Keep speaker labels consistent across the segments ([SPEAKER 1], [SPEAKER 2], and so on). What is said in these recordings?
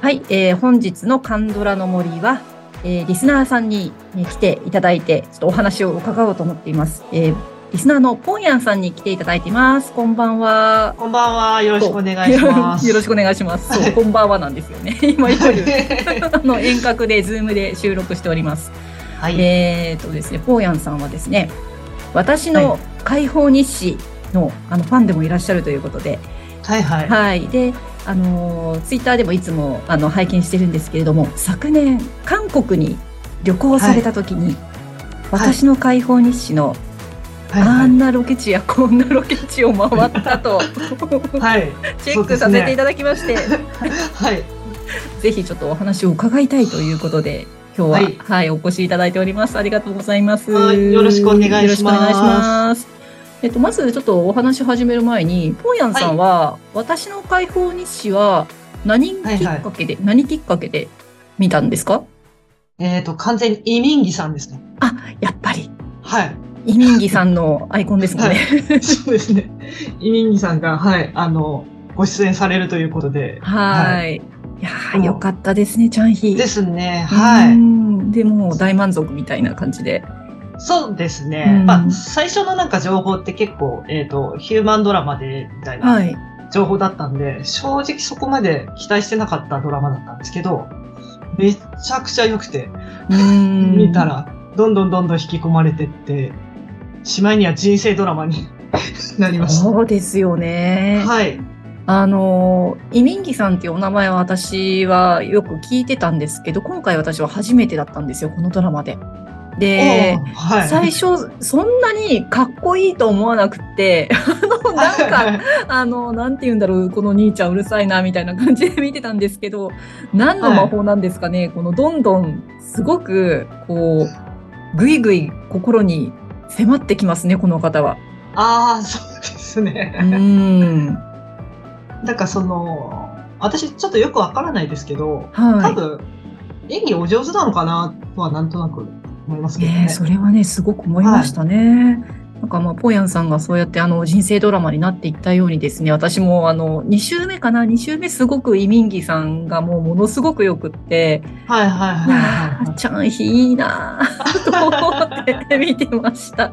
[SPEAKER 1] はい、えー、本日のカンドラの森は、えー、リスナーさんに、えー、来ていただいて、ちょっとお話を伺おうと思っています。えー、リスナーのポンヤンさんに来ていただいています。こんばんは。
[SPEAKER 2] こんばんは。よろしくお願いします。
[SPEAKER 1] よろしくお願いします。そう、こんばんはなんですよ ね。今夜あの遠隔でズームで収録しております。はい、えっとですね、ポーヤンさんはですね、私の解放日誌の、あのファンでもいらっしゃるということで、
[SPEAKER 2] はいはい。
[SPEAKER 1] はい。で、あのツイッターでもいつもあの拝見してるんですけれども、昨年韓国に旅行された時に、はい、私の解放日誌の、はいはい、あんなロケ地やこんなロケ地を回ったと、
[SPEAKER 2] はい、
[SPEAKER 1] チェックさせていただきまして、ね、
[SPEAKER 2] はい、、
[SPEAKER 1] ぜひちょっとお話を伺いたいということで今日は、はい、はい、お越しいただいておりますありがとうございます、はい
[SPEAKER 2] よろしくお願いし
[SPEAKER 1] ますえっとまずちょっとお話始める前にポンヤンさんは、はい、私の解放日誌は何きっかけで、はいはい、何きっかけで見たんですか
[SPEAKER 2] えっ、と完全に移民儀さんですね
[SPEAKER 1] あやっぱり
[SPEAKER 2] はい
[SPEAKER 1] イミンギさんのアイコンですもんね
[SPEAKER 2] はい、そうですね。イミンギさんが、はい、あの、ご出演されるということで。
[SPEAKER 1] はい。いやよかったですね、チャンヒー。。
[SPEAKER 2] ですね、はい
[SPEAKER 1] でも、大満足みたいな感じで。
[SPEAKER 2] そうですね。まあ、最初のなんか情報って結構、えっ、ー、と、ヒューマンドラマで、みたいな情報だったんで、はい、正直そこまで期待してなかったドラマだったんですけど、めちゃくちゃ良くて、見たら、どんどんどんどん引き込まれてって、しまいには人生ドラマに なりました。
[SPEAKER 1] そうですよね。
[SPEAKER 2] はい。
[SPEAKER 1] あの、イミンギさんっていうお名前は私はよく聞いてたんですけど、今回私は初めてだったんですよ、このドラマで。で、はい、最初、そんなにかっこいいと思わなくて、あの、なんか、はい、あの、なんて言うんだろう、この兄ちゃんうるさいな、みたいな感じで見てたんですけど、何の魔法なんですかね、はい、このどんどん、すごく、こう、ぐいぐい心に迫ってきますね、この 方は。
[SPEAKER 2] ああ、そうですね。うん。なんかその、私ちょっとよくわからないですけど、はい、多分、演技お上手なのかなとはなんとなく思いますけどね。ね
[SPEAKER 1] それはね、すごく思いましたね。はい、なんかまあ、ポーヤンさんがそうやってあの人生ドラマになっていったようにですね、私もあの、2週目かな、2週目すごくイミンギさんがもうものすごくよくって、
[SPEAKER 2] はいはい
[SPEAKER 1] 。
[SPEAKER 2] はい、はい
[SPEAKER 1] ちゃんひいいな と思って見てました。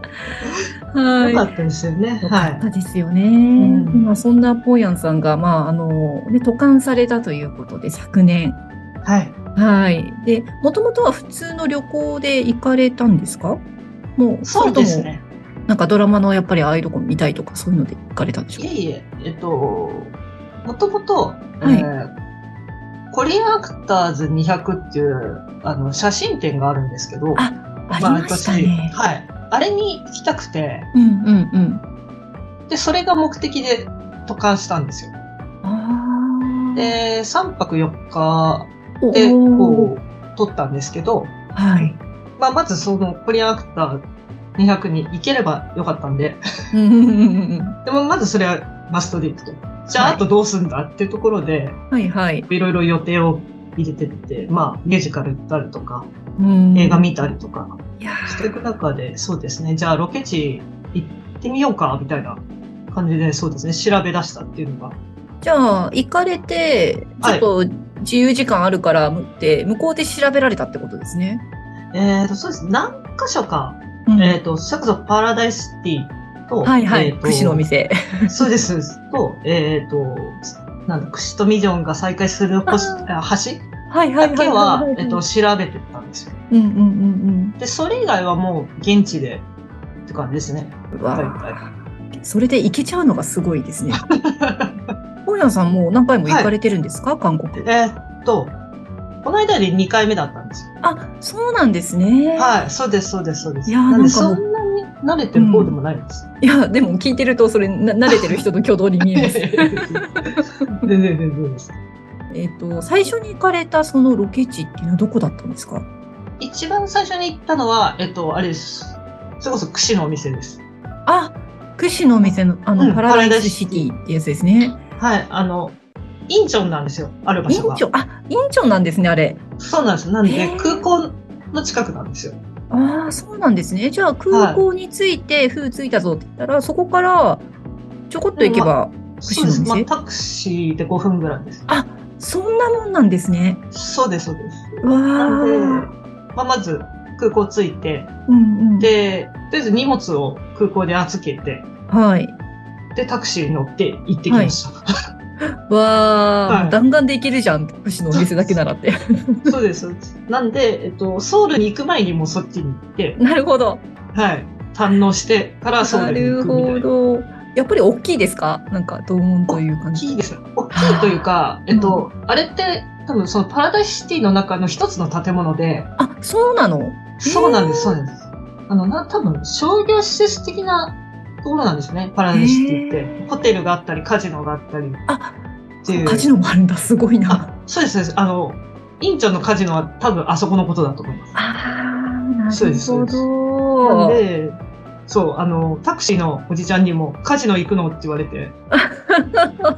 [SPEAKER 2] はい。よかったですよね。
[SPEAKER 1] よかったですよね。はい、今そんなポーヤンさんが、まあ、あの、ね、渡韓されたということで、昨年。
[SPEAKER 2] はい。
[SPEAKER 1] はい。で、もともとは普通の旅行で行かれたんですかもう、
[SPEAKER 2] そうですね。
[SPEAKER 1] なんかドラマのやっぱりああいうとこ見たいとかそういうので行かれたんでしょう
[SPEAKER 2] いえいえ、えっと、もともと、はい、えーコリアンアクターズ200っていう、あの、写真展があるんですけど、
[SPEAKER 1] あありましたね、
[SPEAKER 2] はい。あれに行きたくて、
[SPEAKER 1] うんうん
[SPEAKER 2] うん。で、それが目的で渡韓したんですよ。で、3泊4日で、こう、撮ったんですけど、
[SPEAKER 1] はい。
[SPEAKER 2] まあ、まずその、コリアンアクター200に行ければよかったんで、でも、まずそれはマストで行くと。じゃあ、あとどうすんだってところで、
[SPEAKER 1] はいはい。
[SPEAKER 2] いろいろ予定を入れてって、まあ、ミュージカル行ったりとか、映画見たりとかしていく中で、そうですね、じゃあロケ地行ってみようか、みたいな感じで、そうですね、調べ出したっていうのが。
[SPEAKER 1] じゃあ、行かれて、ちょっと自由時間あるからって、はい、向こうで調べられたってことですね。
[SPEAKER 2] えっ、と、そうです。何箇所か、うん、えっ、と、それこそパラダイスティーと、
[SPEAKER 1] はいはい、串のお店。
[SPEAKER 2] そうです。と、えっ、ー、と、なんだ、串とミジョンが再開する橋、
[SPEAKER 1] はいはい
[SPEAKER 2] だけは、えっと、調べてたんですよ。
[SPEAKER 1] うんうんうんうん。
[SPEAKER 2] で、それ以外はもう現地でって感じですね。
[SPEAKER 1] それで行けちゃうのがすごい ですね。本屋さんもう何回も行かれてるんですか、はい、韓国。
[SPEAKER 2] えー、っと、この間で2回目だったんですよ。
[SPEAKER 1] あ、そうなんですね。
[SPEAKER 2] はい、そうです、そうです、そうです。
[SPEAKER 1] いやなん
[SPEAKER 2] そんなに慣れてる方でもないです。
[SPEAKER 1] うん、いや、でも聞いてると、それな、慣れてる人の挙動に見えます。
[SPEAKER 2] 全然全 然です。
[SPEAKER 1] えっと、最初に行かれたそのロケ地っていうのはどこだったんですか
[SPEAKER 2] 一番最初に行ったのは、えっと、あれです。それこそ串のお店です。
[SPEAKER 1] あ、串のお店の、あの、うん、パラダイスシティってやつですね。
[SPEAKER 2] はい、あの、インチョンなんですよ、ある場所
[SPEAKER 1] が。インチョン、あ、インチョンなんですね、あれ。
[SPEAKER 2] そうなんです。なんで、空港の近くなんですよ。
[SPEAKER 1] ああ、そうなんですね。じゃあ、空港について、はい、ふうついたぞって言ったら、そこから、ちょこっと行けば、
[SPEAKER 2] まあ、そうです。まあ、タクシーで5分ぐらいです。
[SPEAKER 1] あ、そんなもんなんですね。
[SPEAKER 2] そうです、そうです。
[SPEAKER 1] わ
[SPEAKER 2] なんで、
[SPEAKER 1] あ。
[SPEAKER 2] まあ、まず空港着いて、
[SPEAKER 1] うんうん。
[SPEAKER 2] で、とりあえず荷物を空港で預けて、
[SPEAKER 1] はい。
[SPEAKER 2] で、タクシーに乗って行ってきました。
[SPEAKER 1] わあ、
[SPEAKER 2] はい
[SPEAKER 1] 弾丸でいけるじゃん。福祉のお店だけならって。
[SPEAKER 2] そうです。そうですなんで、えっと、ソウルに行く前にもうそっちに行って、
[SPEAKER 1] なるほど。
[SPEAKER 2] はい、堪能してからソウ
[SPEAKER 1] な
[SPEAKER 2] ルに行
[SPEAKER 1] る
[SPEAKER 2] くみたいな。
[SPEAKER 1] ほど。やっぱり大きいですかなんか、ドーンという
[SPEAKER 2] 大
[SPEAKER 1] 感じ。
[SPEAKER 2] きいです。大きいというか、えっと、あれって、多分そのパラダイスシティの中の一つの建物で、
[SPEAKER 1] あ、そうなの
[SPEAKER 2] そうなんです、そうなんです。あの、な、多分商業施設的なところなんですね、パラダイスシティって。ホテルがあったり、カジノがあったりっ
[SPEAKER 1] あ、
[SPEAKER 2] ていう。
[SPEAKER 1] カジノもあるんだ。すごいな。
[SPEAKER 2] あ、そうです、そうです。あの、インチョンのカジノは多分あそこのことだと思います。
[SPEAKER 1] あーな
[SPEAKER 2] そうで
[SPEAKER 1] る
[SPEAKER 2] すそ
[SPEAKER 1] ほ
[SPEAKER 2] うです
[SPEAKER 1] ど
[SPEAKER 2] なん。で、そう、あの、タクシーのおじちゃんにも、カジノ行くのって言われて、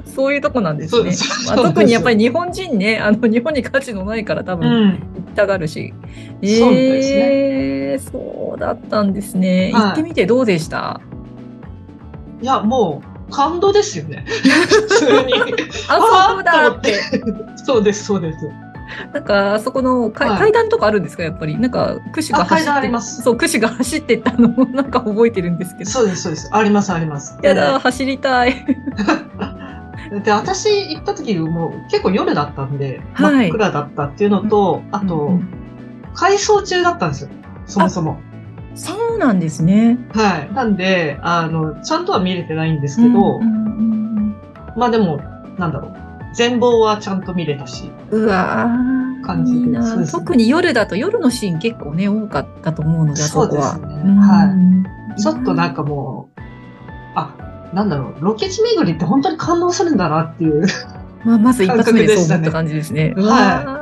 [SPEAKER 1] そういうとこなんで
[SPEAKER 2] そ
[SPEAKER 1] す
[SPEAKER 2] う
[SPEAKER 1] ね。
[SPEAKER 2] そう
[SPEAKER 1] ま あ、
[SPEAKER 2] そう
[SPEAKER 1] 特にやっぱり日本人ね、あの日本に価値のないから多
[SPEAKER 2] う
[SPEAKER 1] 分
[SPEAKER 2] ん。
[SPEAKER 1] 行きたがるし。
[SPEAKER 2] そうみたいですね
[SPEAKER 1] えー、そうだったんですね。
[SPEAKER 2] はい
[SPEAKER 1] 行ってみてどうでした
[SPEAKER 2] いや、もう、感動ですよね。 普通に。
[SPEAKER 1] あそこだって。
[SPEAKER 2] あーと思って。そうです、そうです。
[SPEAKER 1] なんか、あそこの階,、
[SPEAKER 2] はい
[SPEAKER 1] 階段とかあるんですかやっぱり。なんか、クシが
[SPEAKER 2] あ階
[SPEAKER 1] 走って。
[SPEAKER 2] 段あります
[SPEAKER 1] そう、クシが走ってったのを なんか覚えてるんですけど。
[SPEAKER 2] そうです、そうです。あります、あります。
[SPEAKER 1] やだ、走りたい。
[SPEAKER 2] で、私行った時もう結構夜だったんで、
[SPEAKER 1] はい
[SPEAKER 2] 真っ暗だったっていうのと、あ
[SPEAKER 1] う
[SPEAKER 2] と、
[SPEAKER 1] ん
[SPEAKER 2] 改装中だったんですよ。そもそも。
[SPEAKER 1] そうなんですね。
[SPEAKER 2] はい。なんで、あの、ちゃんとは見れてないんですけど、
[SPEAKER 1] うんうんうんうん
[SPEAKER 2] まあでも、なんだろう。全貌はちゃんと見れたし。
[SPEAKER 1] うわー
[SPEAKER 2] 感じで
[SPEAKER 1] いいな
[SPEAKER 2] そうですね
[SPEAKER 1] 特に夜だと夜のシーン結構ね多かったと思うのであ
[SPEAKER 2] そう
[SPEAKER 1] そこ
[SPEAKER 2] で
[SPEAKER 1] は
[SPEAKER 2] すね
[SPEAKER 1] ん
[SPEAKER 2] はい。ちょっとなんかもう、あ、なんだろう。ロケ地巡りって本当に感動するんだなっていう。
[SPEAKER 1] まあ、まず一発目でそう思
[SPEAKER 2] 感覚でした
[SPEAKER 1] っ
[SPEAKER 2] ね
[SPEAKER 1] た感じですね
[SPEAKER 2] はいう
[SPEAKER 1] わ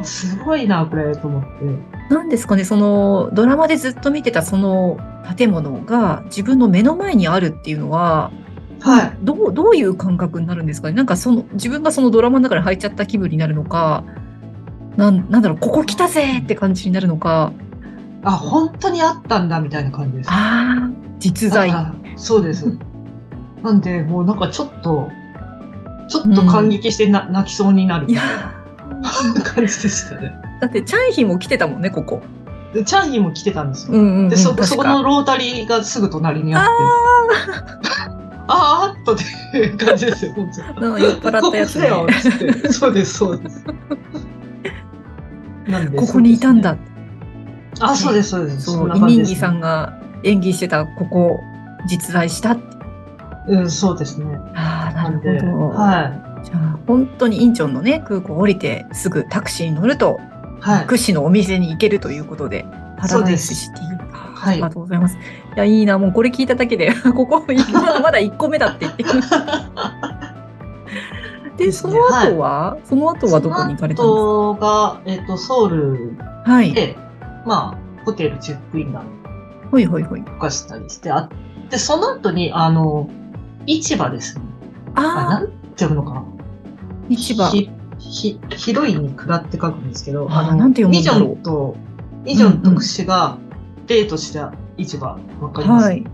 [SPEAKER 1] ー
[SPEAKER 2] すごいな、これ、と思って。
[SPEAKER 1] なんですかねそのドラマでずっと見てたその建物が自分の目の前にあるっていうのは
[SPEAKER 2] はい。
[SPEAKER 1] どうどういう感覚になるんですかねなんかその自分がそのドラマの中に入っちゃった気分になるのかなんなんだろうここ来たぜって感じになるのか
[SPEAKER 2] あ、本当にあったんだ、みたいな感じです。
[SPEAKER 1] あー実在
[SPEAKER 2] あそうです。なんで、もうなんかちょっと、ちょっと感激してな、泣きそうになる
[SPEAKER 1] いやー
[SPEAKER 2] 感じでしたね。
[SPEAKER 1] だってチャンヒも来てたもんね、ここ。
[SPEAKER 2] で、チャーヒーも来てたんですよ。
[SPEAKER 1] ん
[SPEAKER 2] で、そ、
[SPEAKER 1] 確
[SPEAKER 2] そこ
[SPEAKER 1] か
[SPEAKER 2] のロータリーがすぐ隣にあって。 あーあーっとっていう感じですよ、本当
[SPEAKER 1] うん酔っ払ったやつね
[SPEAKER 2] ここ来たよっつってそうです、そうです。なんで
[SPEAKER 1] ここにいたん。
[SPEAKER 2] そう
[SPEAKER 1] だ。
[SPEAKER 2] ですねあ、そうです、そうです。
[SPEAKER 1] そ
[SPEAKER 2] ん
[SPEAKER 1] う、
[SPEAKER 2] な
[SPEAKER 1] イ
[SPEAKER 2] 感
[SPEAKER 1] ミ
[SPEAKER 2] じ
[SPEAKER 1] ン
[SPEAKER 2] です
[SPEAKER 1] ギさんが演技してたここ、実在したって。
[SPEAKER 2] うん、そうですね。
[SPEAKER 1] ああ、なる
[SPEAKER 2] んで
[SPEAKER 1] ほど。
[SPEAKER 2] は
[SPEAKER 1] じゃあ、本当にインチョンのね、空港降りて、すぐタクシーに乗ると、
[SPEAKER 2] い。はい。
[SPEAKER 1] 屈指のお店に行けるということで、パ
[SPEAKER 2] そ
[SPEAKER 1] ラ
[SPEAKER 2] う
[SPEAKER 1] ダ
[SPEAKER 2] で
[SPEAKER 1] イ
[SPEAKER 2] す
[SPEAKER 1] スシティ。あ
[SPEAKER 2] は
[SPEAKER 1] ーあ
[SPEAKER 2] い
[SPEAKER 1] りがとうございます。いや、いいな、もうこれ聞いただけで、 ここ、まだまだ1個目だって言っ て。で、
[SPEAKER 2] です
[SPEAKER 1] そ
[SPEAKER 2] ね
[SPEAKER 1] の後は、その後はどこに行かれたんですか
[SPEAKER 2] その後が、えっ、と、ソウル
[SPEAKER 1] はい。
[SPEAKER 2] で、まあ、ホテルチェックインだ
[SPEAKER 1] ほいほいほい。
[SPEAKER 2] とかしたりして、あで、その後に、あの、市場ですね。あ、な
[SPEAKER 1] ああ、
[SPEAKER 2] んて読むのかな
[SPEAKER 1] 市場。
[SPEAKER 2] ひ、ひ、広いに下って書くんですけど、
[SPEAKER 1] あー
[SPEAKER 2] の、
[SPEAKER 1] なんて読む
[SPEAKER 2] ニ
[SPEAKER 1] ん
[SPEAKER 2] ジ
[SPEAKER 1] だろう
[SPEAKER 2] ョンと、ニジョンとクシがデートした市場、わかります
[SPEAKER 1] はい。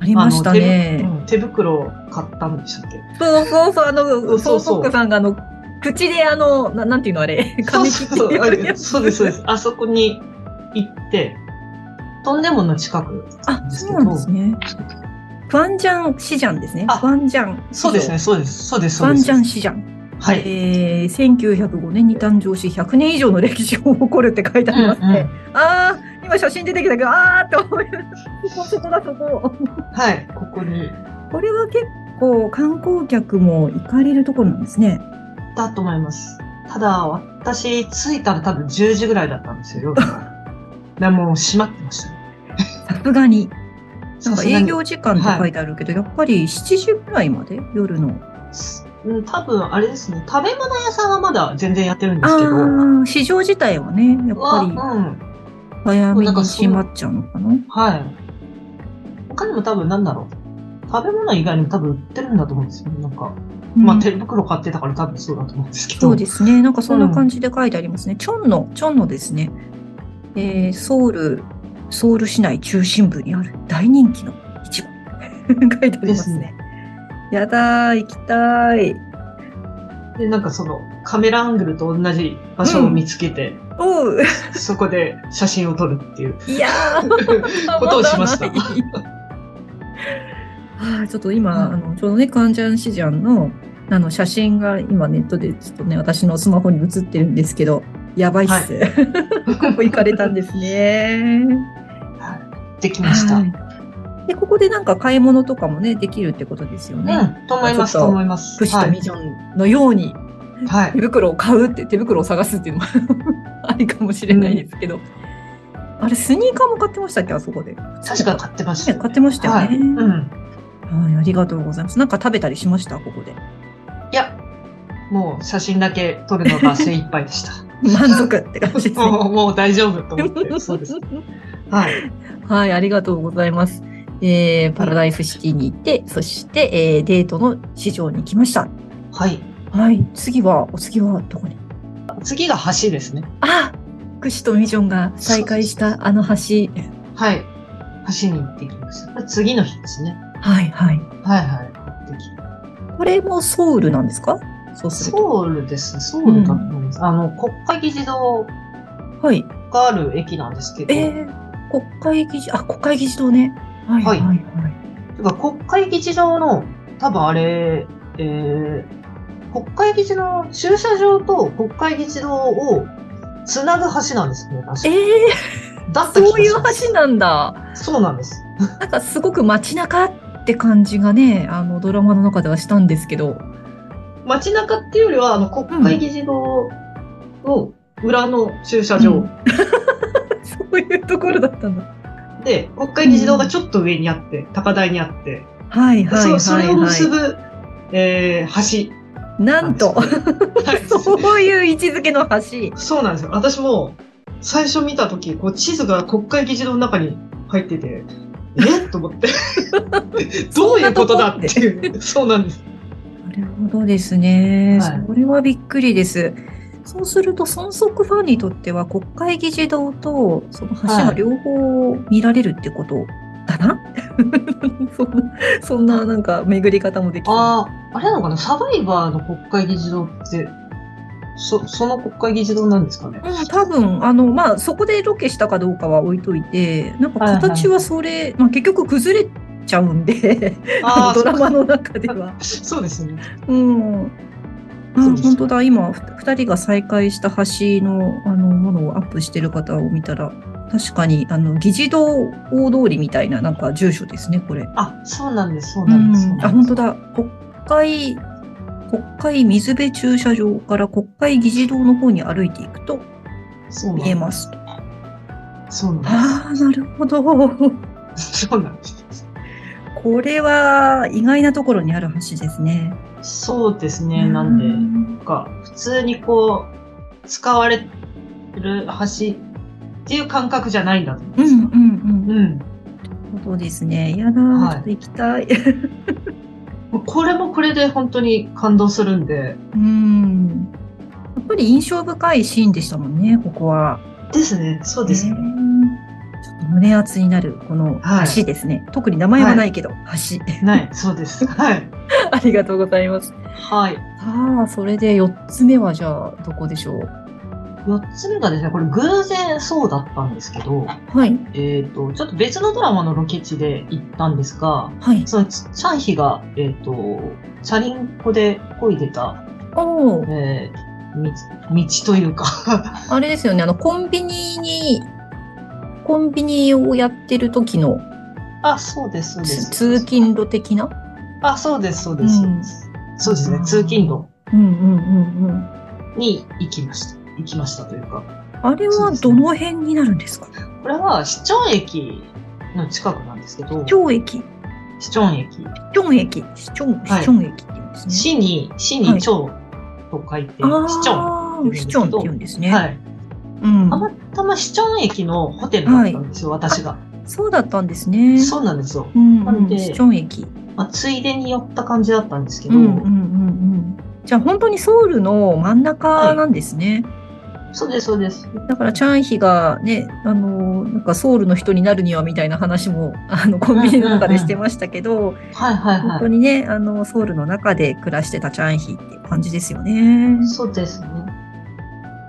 [SPEAKER 1] ありました
[SPEAKER 2] あ
[SPEAKER 1] ね。
[SPEAKER 2] の手ぶうん手袋を買ったんでしたっけ
[SPEAKER 1] そうそうそう、あの、ソー
[SPEAKER 2] そうそう
[SPEAKER 1] ソックさんが、あの、口で、あの、ななんていうのあれ、
[SPEAKER 2] そう
[SPEAKER 1] 髪切って
[SPEAKER 2] そうそうあ
[SPEAKER 1] やる
[SPEAKER 2] れ
[SPEAKER 1] やつ
[SPEAKER 2] そうです、そうです。あそこに行って、とんでもの近くな
[SPEAKER 1] あ、
[SPEAKER 2] んです
[SPEAKER 1] そ
[SPEAKER 2] け
[SPEAKER 1] う
[SPEAKER 2] ど。
[SPEAKER 1] なんですね。ファンジャンシジャンですね。フ
[SPEAKER 2] あ
[SPEAKER 1] ァンジャン。
[SPEAKER 2] そうですね、。そうです、そうで
[SPEAKER 1] フ
[SPEAKER 2] す。そう
[SPEAKER 1] ァン
[SPEAKER 2] です
[SPEAKER 1] ジャンシジャン。
[SPEAKER 2] はい。
[SPEAKER 1] えー、1905年に誕生し、100年以上の歴史を誇るって書いてありますね。ああ、今写真出てきたけど、ああって思います。ここそこだ、そこ。
[SPEAKER 2] はい、ここに、
[SPEAKER 1] これは結構観光客も行かれるところなんですね。
[SPEAKER 2] だと思います。ただ、私、着いたら多分10時ぐらいだったんです よ、夜の。でもう閉まってましたね。
[SPEAKER 1] さすがに。なんか営業
[SPEAKER 2] 中
[SPEAKER 1] 時間って書いてあるけど、やっぱり7時ぐらいまで夜の。
[SPEAKER 2] うん、多分、あれですね、食べ物屋さんはまだ全然やってるんですけど、
[SPEAKER 1] ああ、市場自体はね、やっ
[SPEAKER 2] は、う
[SPEAKER 1] ぱ
[SPEAKER 2] ん、
[SPEAKER 1] り早め
[SPEAKER 2] なん
[SPEAKER 1] に
[SPEAKER 2] かそう
[SPEAKER 1] 閉まっちゃうのかな。
[SPEAKER 2] はい。他にも多分、なんだろう。食べ物以外にも多分売ってるんだと思うんですよね、なんか。まあ、
[SPEAKER 1] うん
[SPEAKER 2] 手袋買ってたから多分そうだと思うんですけど。
[SPEAKER 1] そうですね。なんかそんな感じで書いてありますね。チョンの、チョンのですね、えーソウル、ソウル市内中心部にある大人気の市場。 書いてありますね。
[SPEAKER 2] ですね
[SPEAKER 1] やだー、行きたい。
[SPEAKER 2] で、なんかそのカメラアングルと同じ場所を見つけて、
[SPEAKER 1] お う
[SPEAKER 2] そこで写真を撮 るっていう
[SPEAKER 1] いやー
[SPEAKER 2] ことをしました。
[SPEAKER 1] まだない あーちょっと今、あのちょうどね、カンジャンシジャンのあの写真が今ネットでちょっとね、私のスマホに写ってるんですけど、やばいっす。こ こ行かれたんですね。
[SPEAKER 2] できました。
[SPEAKER 1] はいで、ここでなんか買い物とかもね、できるってことですよね。
[SPEAKER 2] うん、と思います、
[SPEAKER 1] ちょっ
[SPEAKER 2] と
[SPEAKER 1] と
[SPEAKER 2] 思います。
[SPEAKER 1] プシ
[SPEAKER 2] は
[SPEAKER 1] とミ
[SPEAKER 2] い。
[SPEAKER 1] ジョンのように
[SPEAKER 2] はい
[SPEAKER 1] 手。袋を買うって手袋を探すっていうのも ありかもしれないですけど、あれスニーカーも買ってましたっけあそこで
[SPEAKER 2] 確か買ってました
[SPEAKER 1] ね
[SPEAKER 2] よね。
[SPEAKER 1] 買ってましたよね
[SPEAKER 2] はいうん。
[SPEAKER 1] はいありがとうございますなんか食べたりしましたここで
[SPEAKER 2] いや、もう写真だけ撮るのが精一杯 でした。
[SPEAKER 1] 満足って感 じですね
[SPEAKER 2] もう、もう大丈夫と思 って。そうです。はい。
[SPEAKER 1] はいありがとうございますえー、パラダイスシティに行って、そして、えーデートの市場に行きました。
[SPEAKER 2] はい。
[SPEAKER 1] はい。次は、お次はどこに
[SPEAKER 2] 次が橋ですね。
[SPEAKER 1] あクシとミジョンが再会したあの橋。
[SPEAKER 2] はい。橋に行ってきました。次の日ですね。
[SPEAKER 1] はいはい。
[SPEAKER 2] はいはい。行ってき
[SPEAKER 1] これもソウルなんですかそうすると。
[SPEAKER 2] ソウルですね。ソウルだと思います。あの、国会議事堂
[SPEAKER 1] はい。
[SPEAKER 2] がある駅なんですけど、
[SPEAKER 1] えー、国会議事、あ、国会議事堂ね。はいは
[SPEAKER 2] はいい
[SPEAKER 1] はい。
[SPEAKER 2] てか国会議事堂の、多分あれ、えー、国会議事の駐車場と国会議事堂をつなぐ橋なんですね、確か
[SPEAKER 1] え
[SPEAKER 2] だ
[SPEAKER 1] ー、
[SPEAKER 2] った気が
[SPEAKER 1] そういう
[SPEAKER 2] します
[SPEAKER 1] 橋なんだ。
[SPEAKER 2] そうなんです。
[SPEAKER 1] なんかすごく街中って感じがね、あのドラマの中ではしたんですけど。
[SPEAKER 2] 街中っていうよりは、あの、国会議事堂の裏の駐車場、
[SPEAKER 1] うんそういうところだったんだ。
[SPEAKER 2] で、国会議事堂がちょっと上にあって、高台にあって、
[SPEAKER 1] はいはい
[SPEAKER 2] そそ
[SPEAKER 1] は
[SPEAKER 2] れを
[SPEAKER 1] い、
[SPEAKER 2] 結ぶ、
[SPEAKER 1] は
[SPEAKER 2] えー橋
[SPEAKER 1] い。な
[SPEAKER 2] なん
[SPEAKER 1] ん
[SPEAKER 2] ですよ。
[SPEAKER 1] と、
[SPEAKER 2] はい
[SPEAKER 1] そういう位置づけの橋。
[SPEAKER 2] そうなんですよ。私も、最初見たとき、こう、地図が国会議事堂の中に入ってて、え と思って。どういうことだっていう。 そうなんです。
[SPEAKER 1] なるほどですね。
[SPEAKER 2] はい
[SPEAKER 1] それはびっくりです。そうすると、孫則ファンにとっては、国会議事堂とその橋が
[SPEAKER 2] はい
[SPEAKER 1] 両方見られるってことだな、 そんなそんななんか巡り方もできる。
[SPEAKER 2] ああ、あれなのかなサバイバーの国会議事堂って、そ、その国会議事堂なんですかね
[SPEAKER 1] うん、多分あの、まあ、そこでロケしたかどうかは置いといて、なんか形はそれ、まあ、結局崩れちゃうんで、
[SPEAKER 2] あ
[SPEAKER 1] ドラマの中では。
[SPEAKER 2] そそうですね。
[SPEAKER 1] うん。あ
[SPEAKER 2] そうです
[SPEAKER 1] 本当だ今ふ2人が再会した橋のあのものをアップしてる方を見たら確かにあの議事堂大通りみたいななんか住所ですねこれ。
[SPEAKER 2] あ、そうなんです、そう
[SPEAKER 1] う、
[SPEAKER 2] なんです。そうんなんです
[SPEAKER 1] あ本当だ国会国会水辺駐車場から国会議事堂の方に歩いていくと
[SPEAKER 2] そう
[SPEAKER 1] 見え
[SPEAKER 2] なんで
[SPEAKER 1] ます。
[SPEAKER 2] す。そうなん
[SPEAKER 1] ああなるほど。
[SPEAKER 2] です。そうなんです。
[SPEAKER 1] これは意外なところにある橋ですね。
[SPEAKER 2] そうですね。なんで、
[SPEAKER 1] う
[SPEAKER 2] なんか普通にこう使われる橋っていう感覚じゃないんだと思
[SPEAKER 1] うんうんうん。
[SPEAKER 2] う。うん。
[SPEAKER 1] そうですね。やだー、
[SPEAKER 2] はい
[SPEAKER 1] ちょっと行きたい。
[SPEAKER 2] もうこれもこれで本当に感動するんで。
[SPEAKER 1] うん。やっぱり印象深いシーンでしたもんね、ここは。
[SPEAKER 2] ですね。そうです
[SPEAKER 1] ね
[SPEAKER 2] ね。
[SPEAKER 1] ちょっと胸熱になる、この
[SPEAKER 2] はい
[SPEAKER 1] 橋ですね。特に名前はないけど、橋。
[SPEAKER 2] ない。そうです。 はい。
[SPEAKER 1] ありがとうございます。
[SPEAKER 2] はい。
[SPEAKER 1] さあ、それで4つ目はじゃあ、どこでしょう
[SPEAKER 2] 四つ目がですね、これ偶然そうだったんですけど、
[SPEAKER 1] はい、
[SPEAKER 2] えっ、と、ちょっと別のドラマのロケ地で行ったんですが、
[SPEAKER 1] はい。
[SPEAKER 2] そのチャンヒが、えっ、と、チャリンコで漕いでた、
[SPEAKER 1] おー
[SPEAKER 2] えーみ道というか、
[SPEAKER 1] あれですよね、あの、コンビニに、コンビニをやってる時の
[SPEAKER 2] あ、そうです、そうで
[SPEAKER 1] つ
[SPEAKER 2] す。
[SPEAKER 1] 通勤路的な
[SPEAKER 2] あ、そうです、そうです。
[SPEAKER 1] うん
[SPEAKER 2] そうですね、通勤路
[SPEAKER 1] うんうんうんうん。
[SPEAKER 2] に行きました。行きましたというか。
[SPEAKER 1] あれはどの辺になるんですか
[SPEAKER 2] これは市町駅の近くなんですけど、
[SPEAKER 1] 町駅。
[SPEAKER 2] 市町駅。
[SPEAKER 1] チョン駅、シチョン、
[SPEAKER 2] はい
[SPEAKER 1] シチョン駅って言うんですね。
[SPEAKER 2] 市に、市
[SPEAKER 1] はい
[SPEAKER 2] に町と書いて、市町。
[SPEAKER 1] あー
[SPEAKER 2] 市
[SPEAKER 1] シチョン
[SPEAKER 2] 長っ
[SPEAKER 1] ってて
[SPEAKER 2] 言
[SPEAKER 1] 言
[SPEAKER 2] う
[SPEAKER 1] うんですね。
[SPEAKER 2] はい。
[SPEAKER 1] うん
[SPEAKER 2] た。またま市町駅のホテルだったんですよ、私が。
[SPEAKER 1] そうだったんですね。
[SPEAKER 2] そうなんですよ。
[SPEAKER 1] うん、
[SPEAKER 2] な
[SPEAKER 1] うんん。
[SPEAKER 2] で
[SPEAKER 1] シチョン駅。
[SPEAKER 2] まあ、ついでに寄った感じだったんですけ
[SPEAKER 1] う
[SPEAKER 2] ど、
[SPEAKER 1] んうんうんうん。じゃあ本当にソウルの真ん中なんですね。
[SPEAKER 2] そうです、そうです。
[SPEAKER 1] だからチャンヒがね、あのなんかソウルの人になるにはみたいな話もあのコンビニの中でしてましたけど、
[SPEAKER 2] はいはい
[SPEAKER 1] 本
[SPEAKER 2] は
[SPEAKER 1] 当
[SPEAKER 2] い。
[SPEAKER 1] にね、あのソウルの中で暮らしてたチャンヒっていう感じですよね。
[SPEAKER 2] そうですね。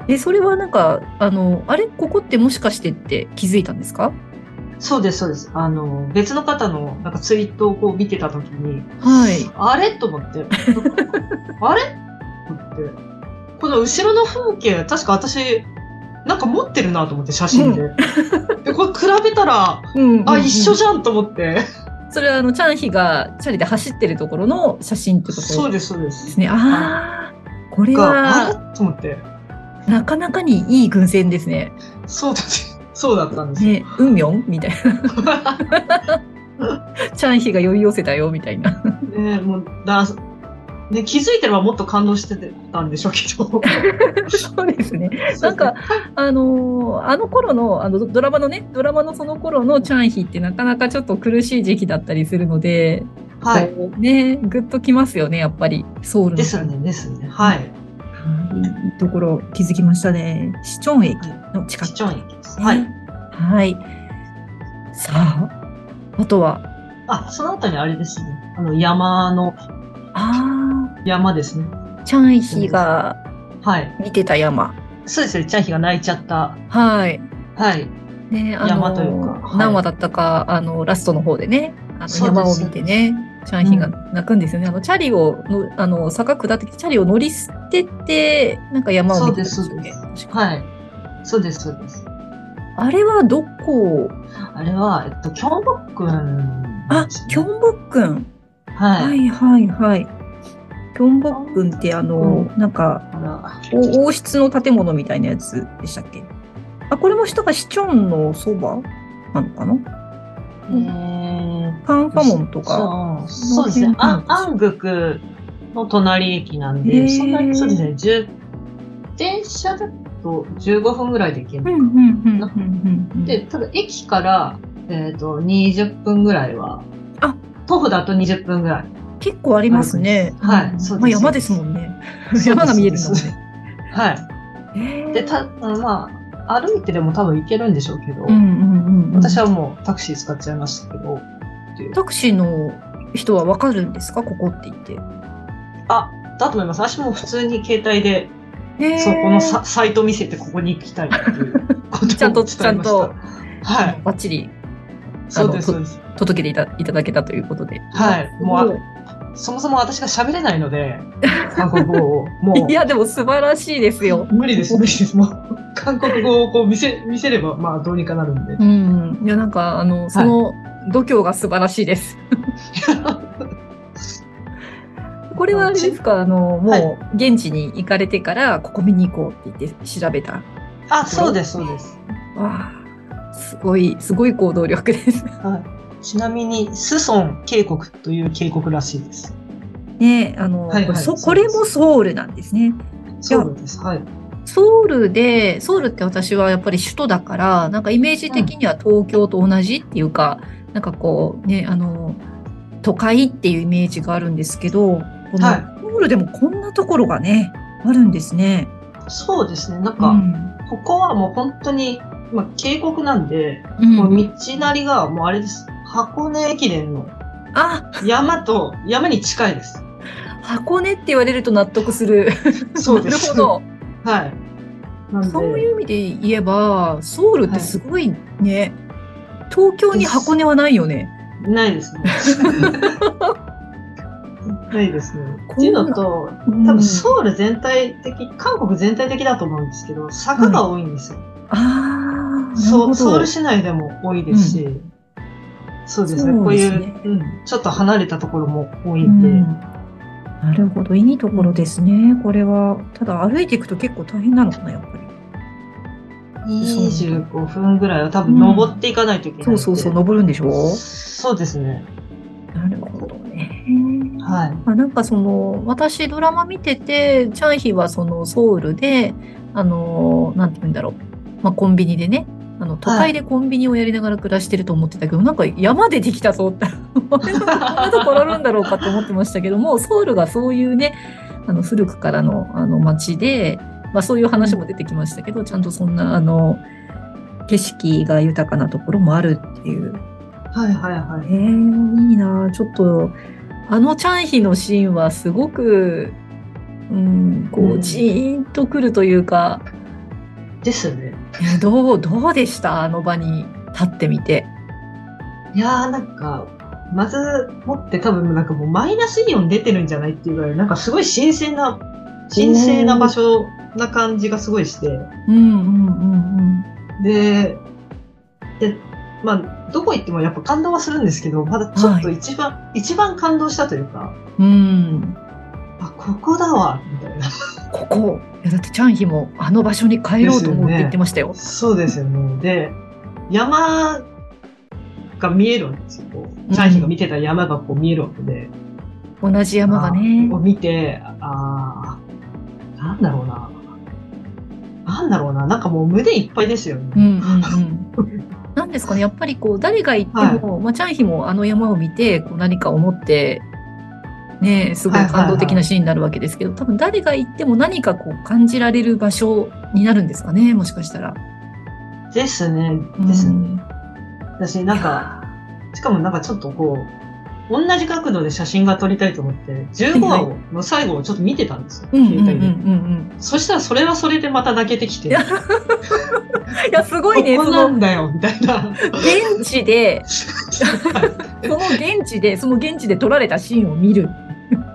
[SPEAKER 1] で、それはなんか、あの、あれここってもしかしてって気づいたんですか
[SPEAKER 2] そうです、そうです。あの、別の方のなんかツイートをこう見てたときに、
[SPEAKER 1] はい。
[SPEAKER 2] あれと思って、あれって、この後ろの風景、確か私、なんか持ってるなと思って、写真で。うん、で、これ比べたら、うんうんうん、あ、一緒じゃんと思って。
[SPEAKER 1] それはあの、チャンヒがチャリで走ってるところの写真ってことです
[SPEAKER 2] ね。そうです、そうです。です
[SPEAKER 1] ね。ああ、これは。
[SPEAKER 2] あれと思って。
[SPEAKER 1] なかなかにいい偶然ですね。
[SPEAKER 2] そうだ、そうだったんです
[SPEAKER 1] ね、運命みた いな。チャンヒが呼び寄せたよ、みたいな。
[SPEAKER 2] ねもう、だ、ね、気づいてればもっと感動してたんでしょうけ ど。
[SPEAKER 1] そうですね。なんか、あのー、あの頃の、あの、ドラマのね、ドラマのその頃のチャンヒってなかなかちょっと苦しい時期だったりするので、
[SPEAKER 2] はい。
[SPEAKER 1] ね、ぐっときますよね、やっぱり、ソウル
[SPEAKER 2] ですね、ですね。はい。
[SPEAKER 1] いいところ気づきましたね。市町駅の近く、ね、
[SPEAKER 2] 市町駅です、ね。はい。
[SPEAKER 1] はい。さあ、あとは。
[SPEAKER 2] あ、その後にあれですね。あの、山の。
[SPEAKER 1] あ
[SPEAKER 2] あ。山ですね。
[SPEAKER 1] チャンヒが、
[SPEAKER 2] はい。
[SPEAKER 1] 見てた山。
[SPEAKER 2] そうですね。チャンヒが泣いちゃった。
[SPEAKER 1] はい。
[SPEAKER 2] はい。
[SPEAKER 1] ね、あの山というか、はい。何話だったか、あの、ラストの方でね。あの、山を見てね。チャンヒが泣くんですよね。うん、あの、チャリをの、あの、坂下ってきて、チャリを乗り捨てて、なんか山を見て
[SPEAKER 2] たんですよね。そうです、そうです。はい。そうです、そうです。
[SPEAKER 1] あれはどこ
[SPEAKER 2] あれは、えっと、キョンボックン、
[SPEAKER 1] ね。あ、キョンボックン。。
[SPEAKER 2] はい
[SPEAKER 1] はい、はい、はい。キョンボックンって、あの、うん、なんか、王室の建物みたいなやつでしたっけあ、これも下がシチョンのそばなのかな
[SPEAKER 2] えー、
[SPEAKER 1] カンファモンとか。
[SPEAKER 2] そうですね。あアングクの隣駅なんで、えー、そんなに、そうですね。電車だと15分ぐらいで行ける
[SPEAKER 1] のか
[SPEAKER 2] な。で、ただ駅から、えっ、ー、と、20分ぐらいは。
[SPEAKER 1] あ
[SPEAKER 2] 徒歩だと20分ぐらい。
[SPEAKER 1] 結構ありますね。
[SPEAKER 2] うん、はい。そう
[SPEAKER 1] まあ山ですもんね。 山が見えるんだもんね。
[SPEAKER 2] はい。
[SPEAKER 1] えー、
[SPEAKER 2] で、た、まあ、歩いてでも多分行けるんでしょうけど、
[SPEAKER 1] うんうんうんうん、
[SPEAKER 2] 私はもうタクシー使っちゃいましたけど。
[SPEAKER 1] タクシーの人はわかるんですかここって言って。
[SPEAKER 2] あ、だと思います。私も普通に携帯で、そこのサイト見せてここに行きたいっていうことを
[SPEAKER 1] ちゃんと、ちゃんと、
[SPEAKER 2] はい。
[SPEAKER 1] バッチリ。
[SPEAKER 2] そうです、そうです。
[SPEAKER 1] 届けていただけたということで。
[SPEAKER 2] はい。もうそもそも私が喋れない ので、韓国語を。も
[SPEAKER 1] う。いや、でも素晴らしいですよ。
[SPEAKER 2] 無理です、無理です。もう、韓国語をこう見せ、見せれば、まあ、どうにかなるんで。
[SPEAKER 1] うん。いや、なんか、あの、その、度胸が素晴らしいです。 はい、これはあれですか、あの、もう、現地に行かれてから、ここ見に行こうって言って調べた。
[SPEAKER 2] あ、そうです、そうです。
[SPEAKER 1] わあ、すごい、すごい行動力です。
[SPEAKER 2] はいちなみに、スソン渓谷という渓谷らしいです。
[SPEAKER 1] ねあの、はいはい、そこれもソウルなんですね。
[SPEAKER 2] そうです。はい。
[SPEAKER 1] ソウルで、ソウルって私はやっぱり首都だから、なんかイメージ的には東京と同じっていうか、うん、なんかこう、ね、あの、都会っていうイメージがあるんですけど、この、はい、ソウルでもこんなところがね、あるんですね。
[SPEAKER 2] そうですね。なんか、うん、ここはもう本当に、まあ、渓谷なんで、うん、もう道なりがもうあれです。箱根駅伝の山と山に近いです。
[SPEAKER 1] 箱根って言われると納得する。
[SPEAKER 2] そうです。
[SPEAKER 1] なるほ
[SPEAKER 2] ど。はい。
[SPEAKER 1] そういう意味で言えば、ソウルってすごいね、はい、東京に箱根はないよね。
[SPEAKER 2] ないですね。 ないですね。っていうのと、多分ソウル全体的、韓国全体的だと思うんですけど、坂が多いんですよ。
[SPEAKER 1] ああ。
[SPEAKER 2] ソウル市内でも多いですし、うんそうですね。うすねこういう、うん、ちょっと離れたところも多いんで。うん、
[SPEAKER 1] なるほど。いいところですね。これは。ただ歩いていくと結構大変なのかな、やっぱり。
[SPEAKER 2] 25分ぐらいは多分登っていかないといけない、
[SPEAKER 1] うん、そうそうそう、登るんでしょ
[SPEAKER 2] そうですね。
[SPEAKER 1] なるほどね。
[SPEAKER 2] はい。
[SPEAKER 1] あなんかその、私ドラマ見てて、チャンヒはそのソウルで、あの、なんて言うんだろう。まあコンビニでね、あの都会でコンビニをやりながら暮らしてると思ってたけど、はい、なんか山でできたぞって こんなところあるんだろうかって思ってましたけどもソウルがそういうねあの古くからのあの街で、まあ、そういう話も出てきましたけど、うん、ちゃんとそんなあの景色が豊かなところもあるっていう。
[SPEAKER 2] はいはいはい。え
[SPEAKER 1] ー、いいなちょっとあのチャンヒのシーンはすごくうん、こう、じーんとくるというか。
[SPEAKER 2] ですね。
[SPEAKER 1] どう、どうでしたあの場に立ってみて。
[SPEAKER 2] いやー、なんか、まず持って多分なんかもうマイナスイオン出てるんじゃないっていうぐらい、なんかすごい新鮮な、神聖な場所な感じがすごいして。
[SPEAKER 1] うんうんうん
[SPEAKER 2] うん。で、で、まあ、どこ行ってもやっぱ感動はするんですけど、まだちょっと一番、はい、一番感動したというか。
[SPEAKER 1] うん。
[SPEAKER 2] あ、ここだわ、みたいな。
[SPEAKER 1] ここ。いや、だってチャンヒもあの場所に帰ろうと思うって言ってましたよ。よ
[SPEAKER 2] ね、そうですよね。で、山が見えるわけですよ。チャンヒが見てた山がこう見えるわけで。
[SPEAKER 1] うん、同じ山がね。
[SPEAKER 2] を見て、ああ、なんだろうな。なんだろうな。なんかもう胸いっぱいですよね。
[SPEAKER 1] うんうんうん。なんですかね、やっぱりこう、誰が行っても、はい、まあ、チャンヒもあの山を見て、こう何か思って、ね、すごい感動的なシーンになるわけですけど、多分誰が行っても何かこう感じられる場所になるんですかね、もしかしたら。
[SPEAKER 2] ですね、ですね。うん、私、なんか、しかもなんかちょっとこう、同じ角度で写真が撮りたいと思って、15話をの最後をちょっと見てたんですよ、携帯で。そしたらそれはそれでまた泣けてきて。
[SPEAKER 1] いや、すごいね。
[SPEAKER 2] ここなんだよ、みたいな。
[SPEAKER 1] 現地 で、その現地で、その現地で撮られたシーンを見る。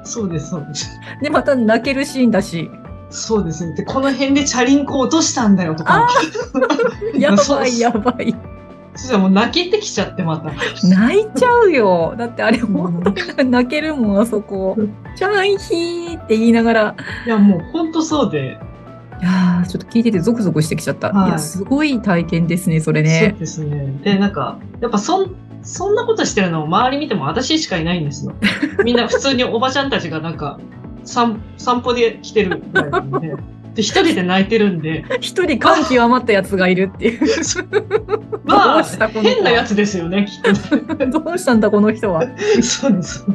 [SPEAKER 2] そうです、そうです。
[SPEAKER 1] で、また泣けるシーンだし。
[SPEAKER 2] そうですね。で、この辺でチャリンコ落としたんだよとか。
[SPEAKER 1] やばい、やばい。
[SPEAKER 2] そしたらもう泣けてきちゃって、また。
[SPEAKER 1] 泣いちゃうよ。だってあれ、本当に泣けるもん、あそこ。チャンヒーって言いながら。
[SPEAKER 2] いや、もう本当そうで。
[SPEAKER 1] いやちょっと聞いててゾクゾクしてきちゃった。はい、いや、すごい体験ですね、それね。
[SPEAKER 2] そうですね。で、なんか、やっぱそん、そんなことしてるのを周り見ても私しかいないんですよ。みんな普通におばちゃんたちがなんか、散散歩で来てるみたいなんで。で、一人で泣いてるんで。
[SPEAKER 1] 一人感極まったやつがいるっていう。
[SPEAKER 2] まあ、変なやつですよね、 きっと。
[SPEAKER 1] どうしたんだ、この人は。
[SPEAKER 2] そうです。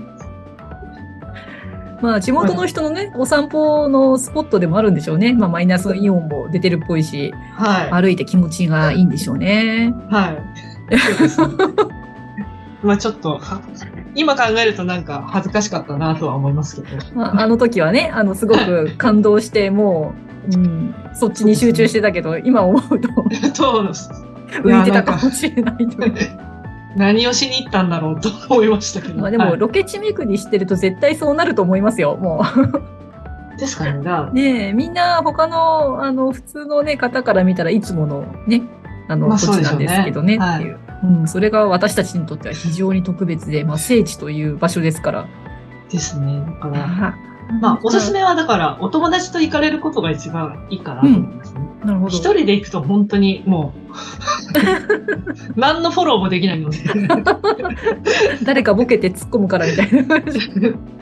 [SPEAKER 1] まあ、地元の人のね、はい、お散歩のスポットでもあるんでしょうね。まあ、マイナスイオンも出てるっぽいし、、
[SPEAKER 2] はい
[SPEAKER 1] 歩いて気持ちがいいんでしょうね。
[SPEAKER 2] は い。はいまあちょっと、今考えるとなんか恥ずかしかったなとは思いますけど。
[SPEAKER 1] あの時はね、あのすご く感動して、もう、うん、そっちに集中してたけど、今思うと 浮いてたかもしれないという。
[SPEAKER 2] 何をしに行ったんだろうと思いましたけ ど。
[SPEAKER 1] まあでも、ロケ地巡りしてると絶対そうなると思いますよ、も
[SPEAKER 2] う。です から
[SPEAKER 1] ね。ねみんな他の、あの、普通のね、方から見たらいつものね、あの、土地なんですけどね、っていう。うん、それが私たちにとっては非常に特別で、まあ、聖地という場所ですから。
[SPEAKER 2] ですね。だから、まあ、おすすめはだから、お友達と行かれることが一番いいかなと思いますね。
[SPEAKER 1] うん、なるほど。
[SPEAKER 2] 一人で行くと本当にもう 何のフォローもできないので
[SPEAKER 1] 誰かボケて突っ込むからみたいな。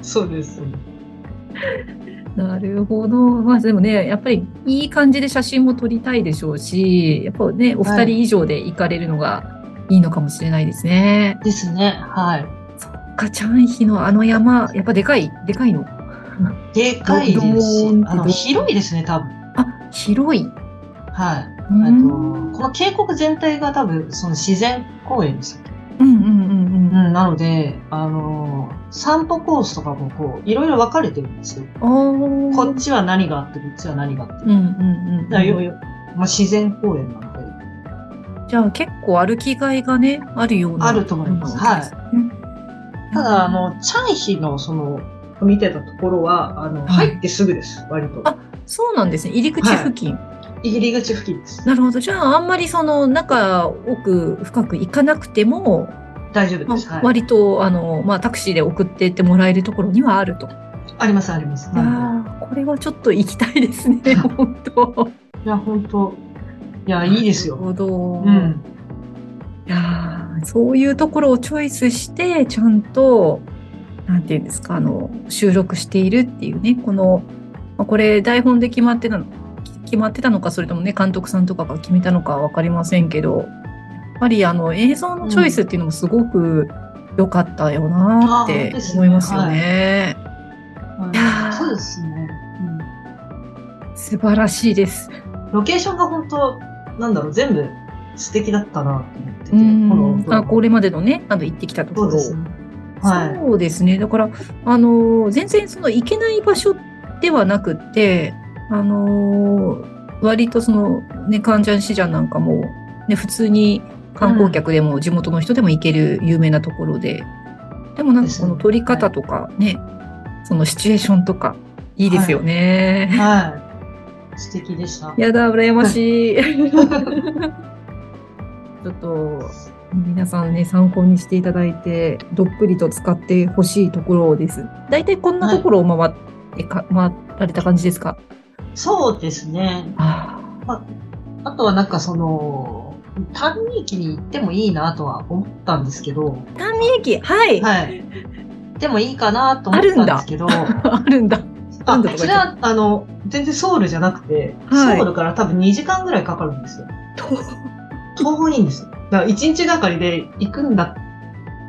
[SPEAKER 2] そうです。
[SPEAKER 1] なるほど。まあでもね、やっぱりいい感じで写真も撮りたいでしょうし、やっぱね、お二人以上で行かれるのが、はいいいのかもしれないですね。
[SPEAKER 2] ですね。はい。
[SPEAKER 1] そっか、チャンヒのあの山、やっぱでかい、でかいの。
[SPEAKER 2] でかいですし、広いですね、多分。
[SPEAKER 1] あ、広い。
[SPEAKER 2] はい。あの、この渓谷全体が多分、その自然公園です
[SPEAKER 1] うんうんうんうん。うん、
[SPEAKER 2] なので、あの、散歩コースとかもこう、いろいろ分かれてるんですよ。こっちは何があって、こっちは何があって。
[SPEAKER 1] うんうんうん。だ
[SPEAKER 2] よよ、まあ、自然公園なので。
[SPEAKER 1] じゃあ結構歩きがいがね、あるような。
[SPEAKER 2] あると思います。はい。ただ、あの、チャンヒのその、見てたところは、あの、入ってすぐです、割と。
[SPEAKER 1] あ、そうなんですね。入り口付近。
[SPEAKER 2] 入り口付近です。
[SPEAKER 1] なるほど。じゃあ、あんまりその、中、奥、深く行かなくても、
[SPEAKER 2] 大丈夫です。
[SPEAKER 1] 割と、あの、まあ、タクシーで送ってってもらえるところにはあると。
[SPEAKER 2] あります、あります。
[SPEAKER 1] ああ、これはちょっと行きたいです ね、本当。
[SPEAKER 2] いや、本当いや、いいですよ。
[SPEAKER 1] なるほど。
[SPEAKER 2] うん。
[SPEAKER 1] いやそういうところをチョイスして、ちゃんと、なんていうんですか、あの、収録しているっていうね、この、まあ、これ台本で決まってたの、決まってたのか、それともね、監督さんとかが決めたのかわかりませんけど、やっぱりあの、映像のチョイスっていうのもすごく良かったよなって思いますよね。
[SPEAKER 2] そうですね。
[SPEAKER 1] うん、素晴らしいです。
[SPEAKER 2] ロケーションが本当なんだろう、全部素敵だったなと思ってて、
[SPEAKER 1] このあこれまでのね、あの行ってきたところ。、
[SPEAKER 2] そうですね。はい
[SPEAKER 1] そうですねだから、あの、全然その行けない場所ではなくて、あのー割とその、ね、カンジャンシジャンなんかも、ね、普通に観光客でも地元の人でも行ける有名なところで、でもなんかこの撮り方とかね、そのシチュエーションとか、いいですよね。
[SPEAKER 2] はい。素敵でした。
[SPEAKER 1] やだ、羨ま しい。ちょっと、皆さんね、参考にしていただいて、どっぷりと使ってほしいところです。大体こんなところを回ってか、回られた感じですか
[SPEAKER 2] そうですね。
[SPEAKER 1] あ
[SPEAKER 2] あとはなんかその、単味駅に行ってもいいなとは思ったんですけど、
[SPEAKER 1] ー丹美駅、はい、
[SPEAKER 2] はい。でもいいかなと思ったんですけど、
[SPEAKER 1] あるんだ。
[SPEAKER 2] あ
[SPEAKER 1] なんだとか言って
[SPEAKER 2] それは、あの、全然ソウルじゃなくて、
[SPEAKER 1] はい
[SPEAKER 2] ソウルから多分2時間ぐらいかかるんです よ。遠いんですよ。だから1日がかりで行くんだ、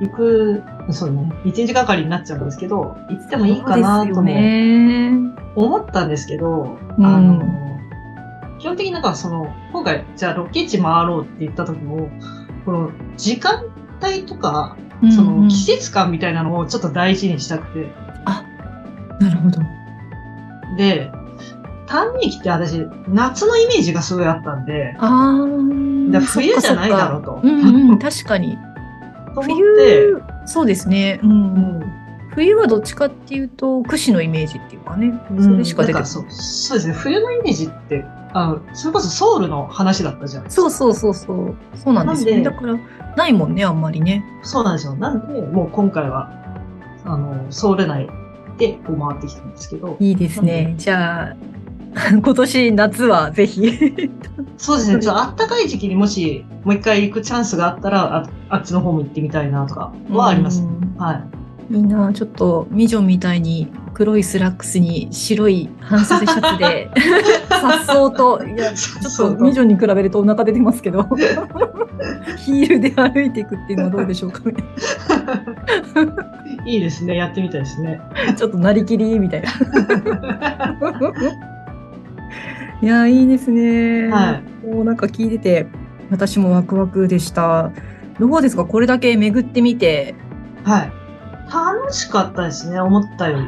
[SPEAKER 2] 行く、そうね、1日がかりになっちゃうんですけど、行ってもいいかなと
[SPEAKER 1] そうですよ
[SPEAKER 2] も
[SPEAKER 1] ね。
[SPEAKER 2] 思ったんですけど、
[SPEAKER 1] うん
[SPEAKER 2] あの、基本的になんかその、今回、じゃあロケ地回ろうって言った時も、この時間帯とか、そ
[SPEAKER 1] うんう
[SPEAKER 2] の
[SPEAKER 1] ん
[SPEAKER 2] 季節感みたいなのをちょっと大事にしたくて、
[SPEAKER 1] なるほど。
[SPEAKER 2] で、短命期って私、夏のイメージがすごいあったんで、
[SPEAKER 1] あ
[SPEAKER 2] だ
[SPEAKER 1] あ。
[SPEAKER 2] 冬じゃないだろ
[SPEAKER 1] う。
[SPEAKER 2] うと。
[SPEAKER 1] うんうん、確かに。
[SPEAKER 2] と思って、
[SPEAKER 1] 冬、そうですね。う。
[SPEAKER 2] うんん
[SPEAKER 1] 冬はどっちかっていうと、櫛のイメージっていうかね。
[SPEAKER 2] うん
[SPEAKER 1] それしか出て
[SPEAKER 2] な
[SPEAKER 1] こ
[SPEAKER 2] ん
[SPEAKER 1] な
[SPEAKER 2] か
[SPEAKER 1] い。
[SPEAKER 2] そうそうですね、冬のイメージって、あのそれこそソウルの話だったじゃないですか。
[SPEAKER 1] そうそうそうそう。そうなんですよね。
[SPEAKER 2] な
[SPEAKER 1] だ
[SPEAKER 2] ん
[SPEAKER 1] から、ないもんね、あんまりね。
[SPEAKER 2] そうなんですよ。なんで、もう今回は、あの、ソウル内でこう回ってきたんですけど、
[SPEAKER 1] いいですね。じゃあ、 今年夏はぜひ。
[SPEAKER 2] そうですね、ちょっとあったかい時期にもし、もう一回行くチャンスがあったら、ああっちの方も行ってみたいなとかはありますね。
[SPEAKER 1] うん
[SPEAKER 2] はい。
[SPEAKER 1] いいなちょっと、ミジョンみたいに黒いスラックスに白い半袖シャツ で、さっそうと、いや、ちょっとミジョンに比べるとお腹出てますけど、 ヒールで歩いていくっていうのはどうでしょうかね。
[SPEAKER 2] いいですね、やってみたいですね。
[SPEAKER 1] ちょっとなりきりみたいな。 いやーいいですね。
[SPEAKER 2] は
[SPEAKER 1] もうなんか聞いてて、私もワクワクでした。どうですかこれだけ巡ってみて。
[SPEAKER 2] はい。楽しかったですね、思ったよ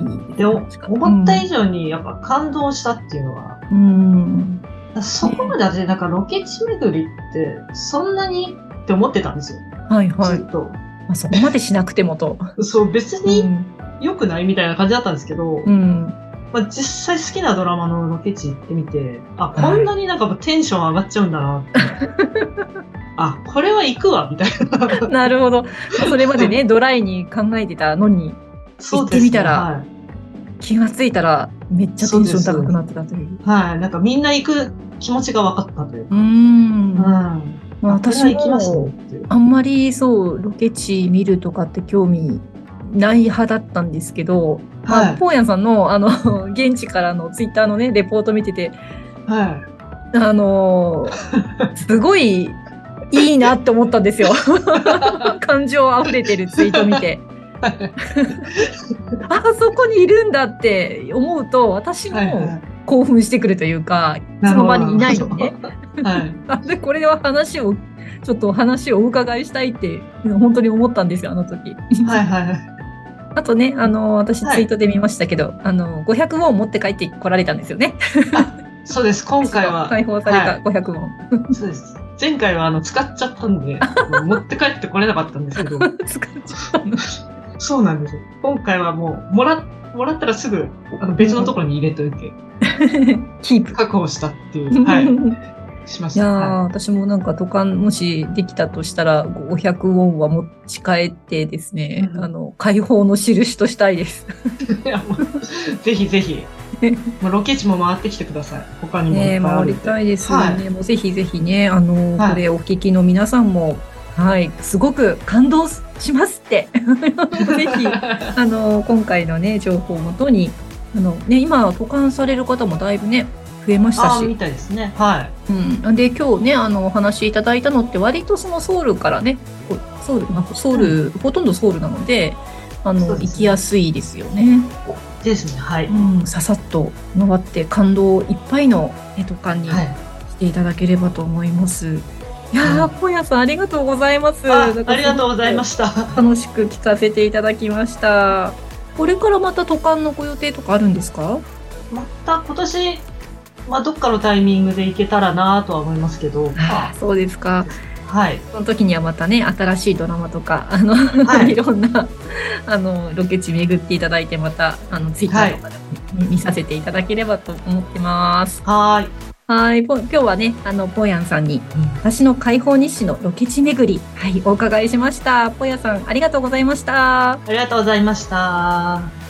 [SPEAKER 2] り。で、お思
[SPEAKER 1] 思
[SPEAKER 2] った以上にやっぱ感動したっていうのは、
[SPEAKER 1] うん。
[SPEAKER 2] そこまで私なんかロケ地巡りってそんなにって思ってたんですよ。
[SPEAKER 1] はいはい。
[SPEAKER 2] ずっと。
[SPEAKER 1] まあ、そこまでしなくてもと。
[SPEAKER 2] そう、別
[SPEAKER 1] う
[SPEAKER 2] に
[SPEAKER 1] ん。
[SPEAKER 2] 良くないみたいな感じだったんですけど、
[SPEAKER 1] うん。
[SPEAKER 2] まあ、実際好きなドラマのロケ地行ってみて、あ、こんなになんかテンション上がっちゃうん だなって。あ、これは行くわ、みたいな。
[SPEAKER 1] なるほど。それまでね、 ドライに考えてたのに、
[SPEAKER 2] そう
[SPEAKER 1] 行ってみたら
[SPEAKER 2] ですねはい
[SPEAKER 1] 気がついたら、めっちゃテンション高くなってたという。
[SPEAKER 2] はい。なんかみんな行く気持ちが分かったというか。
[SPEAKER 1] うー。
[SPEAKER 2] うん
[SPEAKER 1] ま
[SPEAKER 2] ん。
[SPEAKER 1] あ、
[SPEAKER 2] こ
[SPEAKER 1] 私
[SPEAKER 2] れは行きます
[SPEAKER 1] も
[SPEAKER 2] ね、っていう。
[SPEAKER 1] あんまりそう、ロケ地見るとかって興味ない派だったんですけど、ま
[SPEAKER 2] は
[SPEAKER 1] あ、
[SPEAKER 2] い。
[SPEAKER 1] ポーヤンさんの、あの、 現地からのツイッターのね、レポート見てて、
[SPEAKER 2] はい。
[SPEAKER 1] あ のーすごいいいなって思ったん ですよ。感情あふれてるツイート見て。あそこにいるんだって思うと、私
[SPEAKER 2] はいはい
[SPEAKER 1] も興奮してくるというか、い
[SPEAKER 2] な
[SPEAKER 1] つ
[SPEAKER 2] る
[SPEAKER 1] の
[SPEAKER 2] ほど
[SPEAKER 1] 間にいないのね。
[SPEAKER 2] はい。
[SPEAKER 1] なん でこれは話を、ちょっとお話をお伺いしたいって、本当に思ったんですよ、あの時。
[SPEAKER 2] はいはいはい。
[SPEAKER 1] あとね、あのー私
[SPEAKER 2] はい
[SPEAKER 1] ツイートで見ましたけど、あのー、500ウォン持って帰ってこられたんですよね。
[SPEAKER 2] そうです。今回は、
[SPEAKER 1] 解放された500ウォン。
[SPEAKER 2] そうです。前回はあの使っちゃったんで、持って帰ってこれなかったんで すけど、
[SPEAKER 1] 使っちゃったの。
[SPEAKER 2] そうなんですよ。今回はもう、もら、もらったらすぐ、あの別のところに入れといて、
[SPEAKER 1] キープ。
[SPEAKER 2] 確保したっ ていう、はい、しまし
[SPEAKER 1] いや
[SPEAKER 2] た。
[SPEAKER 1] ー、
[SPEAKER 2] は
[SPEAKER 1] 私もなんか土管もしできたとしたら500ウォンは持ち帰ってですね、
[SPEAKER 2] うん
[SPEAKER 1] あの解放の印としたいです。
[SPEAKER 2] いいやもう ぜひぜひ、もうロケ地も回ってきてください。他にもい
[SPEAKER 1] ね
[SPEAKER 2] っぱいあ
[SPEAKER 1] 回
[SPEAKER 2] る
[SPEAKER 1] り
[SPEAKER 2] んで。
[SPEAKER 1] たいですよね。もうぜひぜひね、あの、
[SPEAKER 2] はい
[SPEAKER 1] これお聞きの皆さんも、はい、すごく感動しますって、 ぜひ、
[SPEAKER 2] は
[SPEAKER 1] あの今回のね情報をもとに、あのね今保管される方もだいぶね増えました
[SPEAKER 2] ああ、
[SPEAKER 1] し
[SPEAKER 2] み、たいですね。はい。
[SPEAKER 1] うん、で今日ねあのお話しいただいたのって割とそのソウルからねこうソウル、まあ、ソウル、ほとんどソウルなのであ
[SPEAKER 2] そ
[SPEAKER 1] の
[SPEAKER 2] うで
[SPEAKER 1] 行
[SPEAKER 2] すね
[SPEAKER 1] きやすいですよね、
[SPEAKER 2] ですね。はい。
[SPEAKER 1] うん、ささっと回って感動いっぱいの絵とかに
[SPEAKER 2] はい。
[SPEAKER 1] していただければと思います、い、やー本屋さんありがとうございます
[SPEAKER 2] あありがとうございま
[SPEAKER 1] し
[SPEAKER 2] した。
[SPEAKER 1] 楽しく聞かせていただきましたこれからまた渡韓のご予定とかあるんですか
[SPEAKER 2] また今年、まあ、どっかのタイミングで行けたらなとは思いますけど。
[SPEAKER 1] あそうですか。
[SPEAKER 2] はい。
[SPEAKER 1] その時にはまたね、新しいドラマとか、あの、はい、いろんな、あの、ロケ地巡っていただいて、また、あの、ツイッターとかで、はい、見させていただければと思ってます。
[SPEAKER 2] はい。
[SPEAKER 1] はい、今日はね、あの、ぽやんさんに、うん、私の解放日誌のロケ地巡り、はい、お伺いしました。ぽやさん、ありがとうございました。
[SPEAKER 2] ありがとうございました。